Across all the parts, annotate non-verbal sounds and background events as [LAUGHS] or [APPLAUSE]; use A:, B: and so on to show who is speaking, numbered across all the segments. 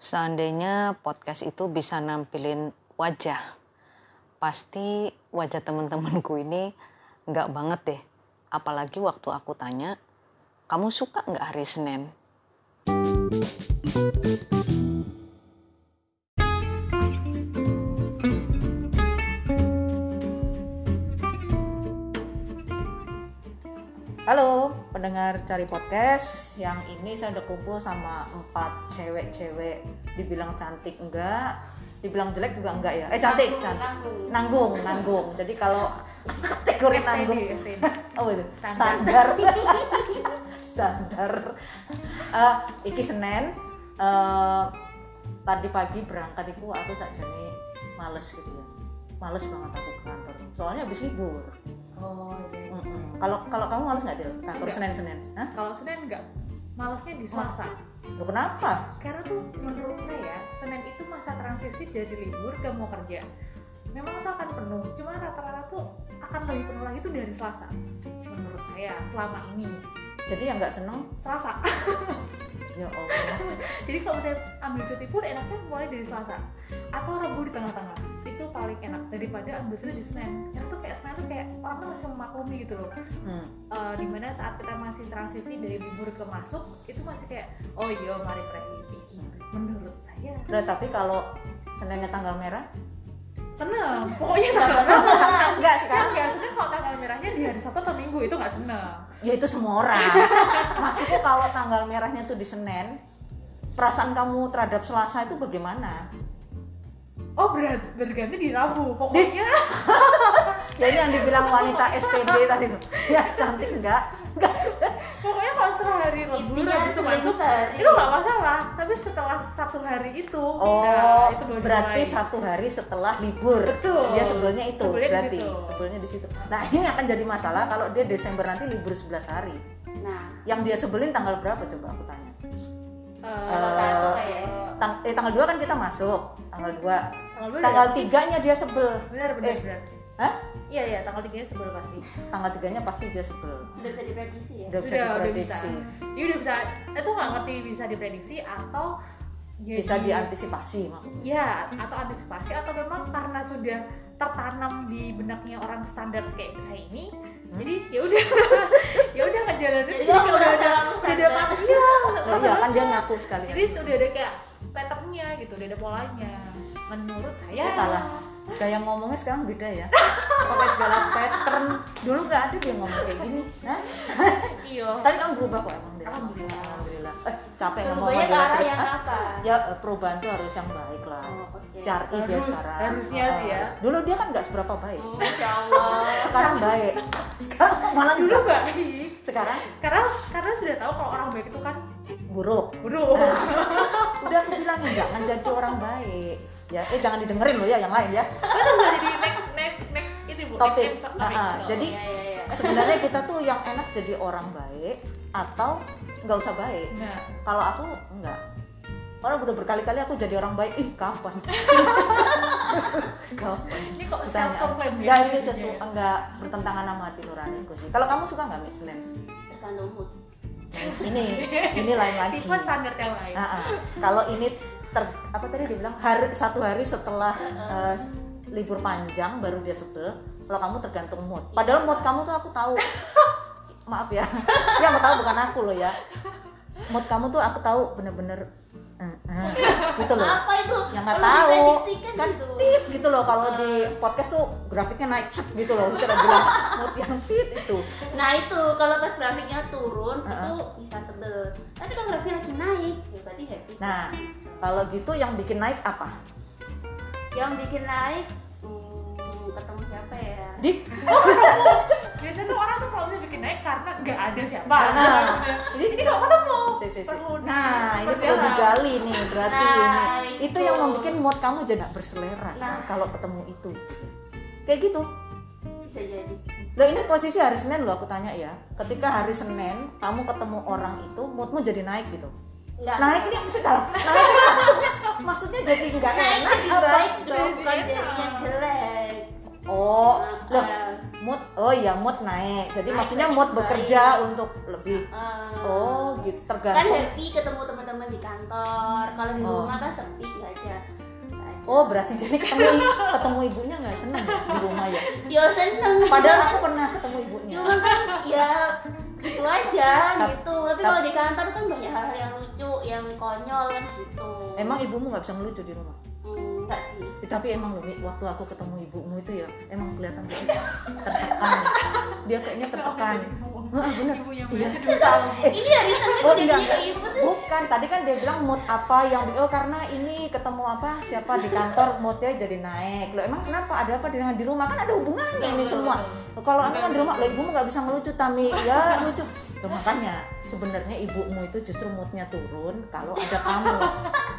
A: seandainya podcast itu bisa nampilin wajah, pasti wajah temen-temenku ini nggak banget deh. Apalagi waktu aku tanya, kamu suka nggak hari Senin?
B: Halo, pendengar cari podcast. Yang ini saya udah kumpul sama empat cewek-cewek. Dibilang cantik enggak, dibilang jelek juga enggak ya. Eh cantik, cantik. Nanggung, nanggung. Jadi kalau [LAUGHS] kategori
C: STD,
B: nanggung,
C: STD.
B: [LAUGHS] oh itu standar, [LAUGHS]
C: Standar.
B: standar. Eh, iki Senin. eh, tadi pagi berangkat itu aku saja nih males gitu ya. Males banget aku ke kantor. Soalnya habis libur.
C: Oh, iya.
B: Mm-mm. Kalau kalau kamu males nggak deh kantor
C: Enggak.
B: Senin Senin? Hah?
C: Kalau Senin enggak, malasnya di Selasa.
B: Lo kenapa?
C: Karena tuh menurut saya Senin itu masa transisi dari libur ke mau kerja. Memang itu akan penuh, cuma rata-rata tuh akan lebih penuh lagi tuh dari Selasa. Menurut saya selama ini
B: Jadi yang nggak seneng?
C: Selasa. [LAUGHS]
B: Ya Allah.
C: Jadi kalau saya ambil cuti pun enaknya mulai dari Selasa atau Rabu di tengah-tengah. Itu paling enak daripada ambil cuti di Senin. Karena tuh kayak Senin tuh kayak orang tuh masih memaklumi gitu loh.
B: Hmm.
C: Eh, dimana saat kita masih transisi dari libur ke masuk itu masih kayak oh iya mari terakhir Kiki menurut saya
B: Lah, tapi kalau Seninnya tanggal merah?
C: seneng pokoknya tanggal
B: Tanggal merah seneng nggak sekarang?
C: nggak seneng kalau tanggal merahnya di hari Sabtu atau Minggu itu nggak seneng
B: Ya itu semua
C: [LAUGHS]
B: orang. Maksudku kalau tanggal merahnya tuh di Senin, perasaan kamu terhadap Selasa itu bagaimana?
C: oh berat berganti di Rabu
B: [LAUGHS]
C: pokoknya
B: Ya ini yang dibilang wanita STD tadi tuh. Ya cantik nggak? Nggak.
C: pokoknya kalau setelah hari Rabu
D: Intinya
C: Rabu
D: sudah
C: masuk
D: sehari.
C: itu nggak masalah tapi setelah satu hari itu
B: Oh,
C: nah, itu baru
B: berarti
C: dimulai.
B: satu hari setelah libur.
C: Betul.
B: Dia sebelumnya itu
C: Sebelnya di
B: berarti
C: situ.
B: sebelumnya di situ. Nah, ini akan jadi masalah kalau dia Desember nanti libur 11 hari.
D: Nah,
B: Yang dia sebelin tanggal berapa coba aku tanya?
C: Eh,
D: satu ya.
B: Tang- eh, tanggal 2 kan kita masuk, tanggal 2.
C: tanggal dua ya?
B: Tanggal
C: udah-
B: 3-nya dia sebel.
C: benar benar
B: eh.
C: benar
B: Hah?
C: iya iya tanggal tiga sebelum pasti
B: Tanggal 3-nya pasti dia sebel.
D: Sudah bisa diprediksi ya.
B: Udah bisa diprediksi.
C: udah bisa. Dia udah bisa, itu nggak ngerti bisa diprediksi atau jadi-
B: Bisa diantisipasi maksudnya.
C: Ya, atau antisipasi atau memang karena sudah tertanam di benaknya orang standar kayak saya ini, jadi ya udah, [LAUGHS] ya udah ngejalanin.
D: Jadi kalau
C: kayak
D: udah
C: ada,
D: orang
C: udah ada
D: standar.
C: apa- iya,
B: Nah, iya kan dia ngaku sekali.
C: Jadi sudah ada kayak patternnya gitu, udah ada polanya. Menurut saya,
B: Ya. Salah. Gaya ngomongnya sekarang beda ya. Pakai segala pattern. Dulu nggak ada dia ngomong kayak gini. Hah?
C: iya.
B: Tapi kamu berubah kok emang deh.
C: Alhamdulillah.
B: Alhamdulillah. Eh, capek ngomong
D: Berubahnya ya ke
B: Alhamdulillah
D: arah
B: terus.
D: yang
B: ah.
D: apa?
B: Ya eh, perubahan tuh harus yang baik lah.
D: Oh, oke.
B: Syar'i dia
C: Harus-
B: sekarang.
C: harusnya
B: Oh,
C: sih ya.
B: Dulu dia kan nggak seberapa baik.
D: Masya Allah.
B: Sekarang baik. Sekarang kok malah
C: Dulu
B: enggak.
C: baik,
B: Sekarang
C: karena karena sudah tahu kalau orang baik itu kan
B: buruk. Nah,
C: buruk.
B: Udah aku bilangin jangan jadi orang baik. Ya, eh jangan didengerin loh ya yang lain ya.
C: Itu bisa jadi next next next ini bu.
B: Topik.
C: Next, next,
B: Ah, ah. Jadi
D: Ya, ya, ya.
B: sebenarnya kita tuh yang enak jadi orang baik atau nggak usah baik.
C: Nah,
B: Kalau aku enggak. Kalau udah berkali-kali aku jadi orang baik, ih kapan?
C: Oh,
B: kapan?
C: ini kok ya? Iya. self
B: Pertanyaan.
C: proclaim
B: Enggak, ini sesu- enggak bertentangan sama hati nuraniku sih. Kalau kamu suka nggak mie Senin?
D: Tergantung mood.
B: Ini, ini lain lagi.
C: Tipe standar yang lain.
B: Ah, ah. Kalau ini ter, apa tadi dibilang hari satu hari setelah eh, libur panjang baru dia sebel. Kalau kamu tergantung mood. Padahal mood kamu tuh aku
D: [LAUGHS]
B: tahu. Maaf ya. [LAUGHS] Ya aku tahu bukan aku loh ya. Mood kamu tuh aku tahu bener-bener eh, eh, gitu loh
D: Apa itu?
B: yang nggak
D: Perlu
B: tahu
D: diprediksikan
B: kan
D: gitu.
B: tit gitu loh kalau di podcast tuh grafiknya naik cet gitu loh kita udah bilang mood yang tit itu
D: Nah itu kalau pas grafiknya turun
B: Ah,
D: itu bisa sebel. Tapi kalau grafiknya lagi naik, ya berarti happy.
B: nah kalau gitu yang bikin naik apa
D: Yang bikin naik hmm, ketemu siapa ya?
B: di
C: Biasanya tuh orang tuh kalau bisa bikin naik karena nggak ada siapa.
B: Ah,
C: Nah,
B: ah.
C: ini, kalau ketemu.
B: si, si, si.
C: Perlu di-
B: nah ini perlu
C: perdalam.
B: digali nih berarti
D: Nah,
B: ini itu
D: itu.
B: yang membuat mood kamu jadi nggak berselera
D: Nah.
B: kalau ketemu itu kayak gitu
D: Bisa jadi sih.
B: Loh ini posisi hari Senin loh aku tanya ya Ketika hari Senin kamu ketemu orang itu moodmu jadi naik gitu
D: Nggak-
B: Naik ini maksudnya salah Naik ini maksudnya Maksudnya jadi nggak
D: Naik
B: enak
D: lebih
B: apa
D: baik dong, bukan
C: Jadi
D: dari
C: enak.
D: yang jelek.
B: Oh,
D: Nah,
B: loh,
D: eh,
B: mood oh iya mood naik jadi
D: Naik,
B: maksudnya
D: naik,
B: mood
D: naik.
B: bekerja untuk lebih
D: Eh,
B: oh gitu
D: kan
B: tergantung
D: happy ketemu teman-teman di kantor kalau di
B: Oh.
D: rumah kan sepi nggak ada Nggak ada.
B: oh berarti jadi ketemu i- ketemu ibunya nggak seneng ya di rumah ya
D: dia seneng
B: padahal aku pernah ketemu ibunya
D: cuma kan ya gitu aja
B: Tap-
D: gitu tapi
B: tap-
D: kalau di kantor kan banyak hal yang lucu yang konyol kan gitu
B: emang ibumu nggak bisa ngelucu di rumah
D: Hmm, enggak sih
B: Eh, tapi emang loh Mi, waktu aku ketemu ibumu itu ya emang kelihatan dia tertekan dia kayaknya tertekan Heeh, Ah, bener Iya.
C: ibu yang banyak dua tahun
D: ini hari senin
B: Oh,
D: Kan jadi
B: enggak,
D: ke ibu tuh
B: Bukan, tadi kan dia bilang mood apa yang oh karena ini ketemu apa siapa di kantor moodnya jadi naik. Loh emang kenapa? Ada apa dengan di rumah? Kan ada hubungannya ini semua. Loh, Kalau anu kan di rumah, loh ibumu nggak bisa ngelucu Tami. Ya lucu. Loh makanya sebenarnya ibumu itu justru moodnya turun kalau ada kamu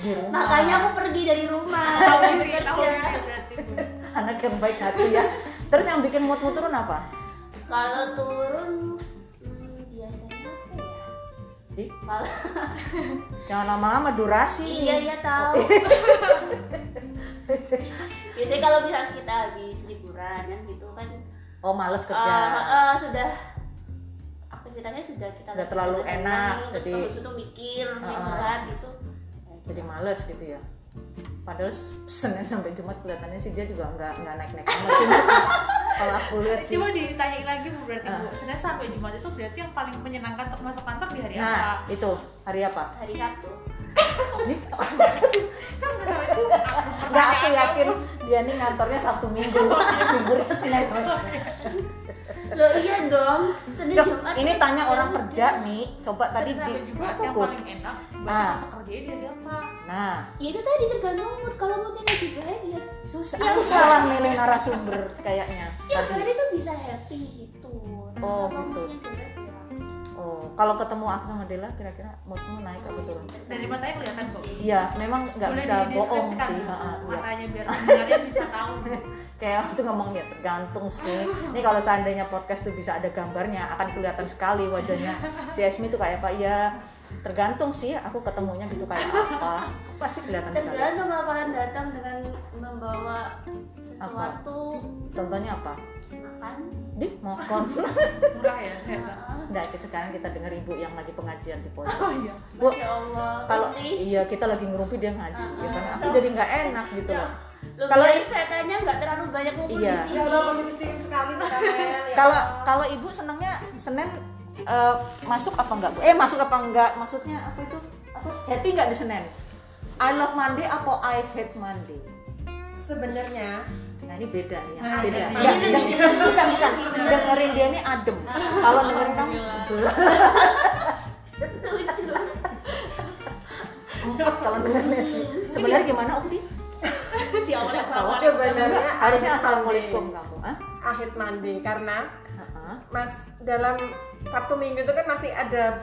B: di rumah.
D: makanya aku pergi dari
B: [LAUGHS]
D: rumah
C: tahu
D: aku
C: diri tahu
D: kerja
C: diri Iya, berarti Bu.
B: anak yang baik hati ya. Terus yang bikin moodmu turun apa?
D: kalau turun hmm, biasanya apa ya
B: Ih,
D: kalau
B: jangan lama-lama durasi.
D: iya iya tahu
B: Oh.
D: [LAUGHS] biasanya kalau misalnya kita habis liburan kan gitu kan
B: Oh, males kerja.
D: Eh, eh, sudah aktivitasnya sudah kita
B: Udah terlalu
D: lakukan,
B: enak,
D: terus
B: jadi-
D: habis itu mikir
B: Eh,
D: yang
B: eh.
D: berat gitu
B: jadi males gitu ya padahal Senin sampai Jumat kelihatannya sih dia juga nggak nggak naik naik amat sih
C: [LAUGHS]
B: kalau aku lihat sih
C: Coba ditanyain lagi Bu berarti Bu.
B: Iya. Ah.
C: Senin sampai Jumat itu berarti yang paling menyenangkan untuk masuk kantor di hari apa? Oh,
B: nah itu hari apa
D: hari Sabtu
C: [LAUGHS]
B: Nih,
C: Coba sampai
B: [LAUGHS]
C: Jumat.
B: nggak aku yakin dia nih ngantornya Sabtu
C: [LAUGHS]
B: Minggu liburnya Senin aja.
D: loh iya dong Senin
C: ya,
B: Dok,
D: Jumat kan
B: ini
D: kita
B: tanya
D: kerja.
B: orang kerja Mi coba tadi di
C: Senin sampai Jumat yang
B: fokus
C: paling enak buat
B: Ah.
C: masuk kerja di hari apa?
B: nah
D: ya itu tadi tergantung mood kalau moodnya lagi baik ya
B: susah
D: Ya,
B: aku
D: udah.
B: salah milih narasumber
C: [LAUGHS]
B: kayaknya
C: Ya
D: tiap
B: tadi
D: hari tuh bisa happy gitu Nah,
B: Oh,
D: kalau
B: gitu.
D: moodnya jelek ya
B: oh kalau ketemu aku sama Dela kira-kira moodmu naik apa turun
C: Dari matanya kelihatan kok.
B: iya memang nggak
C: Boleh
B: bisa bohong
C: dideskripsikan,
B: sih
C: Bu.
B: Heeh, iya.
C: Matanya biar pendengarnya bisa tahu.
B: [LAUGHS]
C: Bu.
B: kayak waktu ngomong ya tergantung sih ini kalau seandainya podcast tuh bisa ada gambarnya akan kelihatan sekali wajahnya si Esmi tuh kayak apa ya tergantung sih aku ketemunya gitu kayak apa pasti kelihatan sekali
D: tergantung bakalan datang dengan membawa sesuatu
B: contohnya apa
D: makan
B: di mokon [LAUGHS]
C: Murah ya ternyata.
B: nah kita- sekarang kita dengar ibu yang lagi pengajian di pojok
C: [LAUGHS] Oh iya.
B: bu
D: Masya Allah
B: kalau
D: Putri,
B: iya kita lagi ngerumpi dia ngaji ya kan aku jadi nggak enak gitu loh
D: Lu
B: kalau-
D: bilang setannya nggak terlalu banyak ngumpul
B: Iya.
C: Ya
D: di sini.
C: Allah positif thinking sekali Bu Kamel. Ya
B: kalau
C: Allah.
B: kalau ibu senangnya senin eh, masuk apa enggak bu eh masuk apa enggak maksudnya apa itu apa happy enggak di senin I love Monday apa I hate Monday
E: sebenarnya
B: nah ini beda ya
C: Nah,
B: beda
C: ini
B: Enggak,
D: lebih
B: enggak,
D: jelas,
B: bukan
D: ini
B: bukan
D: lebih jelas.
B: dengerin dia ini adem kalau dengerin kamu sebel empat kalau dengerin dia sih. sebenarnya gimana Ukti?
C: di awal yang sama.
E: sebenarnya
B: harusnya assalamualaikum kamu ah
E: akhir mandi karena
B: Ah, ah.
E: mas dalam sabtu minggu itu kan masih ada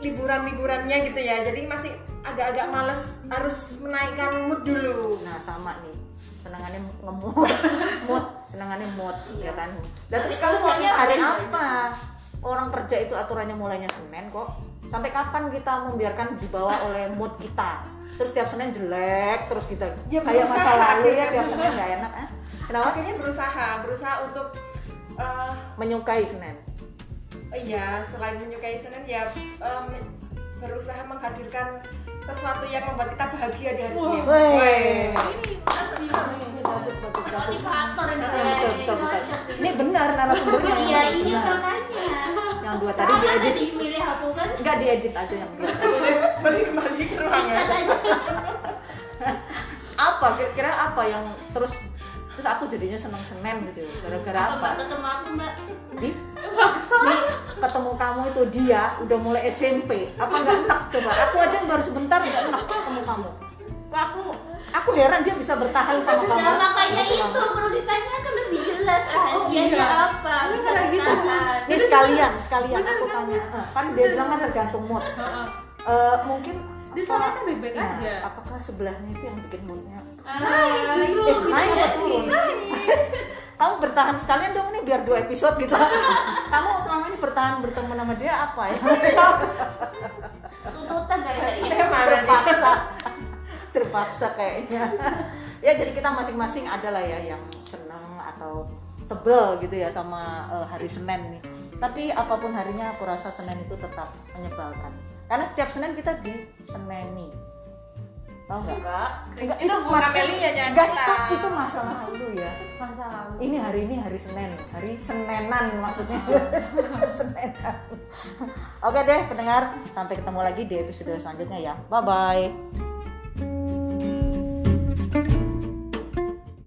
E: liburan-liburannya gitu ya jadi masih agak-agak males harus menaikkan mood dulu
B: nah sama nih senangannya ngemut [LAUGHS] mood senangannya mood ya kan dan terus kamu maunya hari apa orang kerja itu aturannya mulainya senin kok sampai kapan kita membiarkan dibawa oleh mood kita terus tiap senin jelek terus kita
E: Ya,
B: kayak
E: berusaha.
B: masa lalu ya tiap senin nggak enak ah kenapa
E: akhirnya berusaha berusaha untuk eh,
B: menyukai senin
E: Iya, selain menyukai senen ya em, berusaha menghadirkan sesuatu yang membuat kita bahagia di hari Senin.
B: Weh.
C: Ini alhamdulillah.
B: ini bagus bagus bagus
D: Motivator ini
B: Betul, betul, betul. ini benar narasumbernya
D: Iya iya
B: benar.
D: makanya.
B: yang dua tadi
D: Tadi
B: diedit
D: tadi milih aku kan
B: nggak diedit aja yang dua
E: Boleh boleh kembali ke
B: ya.
E: ruangan.
D: katanya
B: apa kira-kira apa yang terus terus aku jadinya seneng senen gitu gara-gara apa
D: apa mbak ketemu aku mbak
B: di Nih, ketemu kamu itu dia udah mulai SMP apa nggak enak coba aku aja yang baru sebentar nggak enak ketemu kamu Kok aku aku heran dia bisa bertahan sama Oh, kamu
D: Nah makanya
B: segitu
D: itu
B: lama.
D: perlu ditanyakan lebih jelas rahasianya
E: iya.
D: apa bisa
B: gitu.
D: ditahan.
B: Nih sekalian, sekalian aku tanya. Eh, Kan dia bilang kan tergantung mood. Eh, mungkin
C: Dia
B: apa-
C: soalnya kan baik-baik
B: nah,
C: aja.
B: Apakah sebelahnya itu yang bikin moodnya?
D: Ah, gitu.
B: iya, Eh, naik apa turun? [LAUGHS] Kamu bertahan sekalian dong nih biar dua episode
E: [LAUGHS]
B: gitu. Kamu selama ini bertahan berteman sama dia apa
E: [LAUGHS]
B: ya?
D: Tuntutan kayaknya.
E: Tema nanti.
B: terpaksa terpaksa kayaknya ya jadi kita masing-masing ada lah ya yang seneng atau sebel gitu ya sama eh, hari Senin nih. Tapi apapun harinya aku rasa Senin itu tetap menyebalkan. Karena setiap Senin kita di Seneni. Tahu nggak?
D: enggak
B: Enggak,
E: Itu bukan
C: ya,
E: Melia, jangan
B: enggak, itu,
E: kita.
B: itu masalah dulu ya.
D: masa lalu
B: Ini hari ini hari Senin, hari Senenan maksudnya. Senenan. Oke deh pendengar, sampai ketemu lagi di episode selanjutnya ya. Bye bye.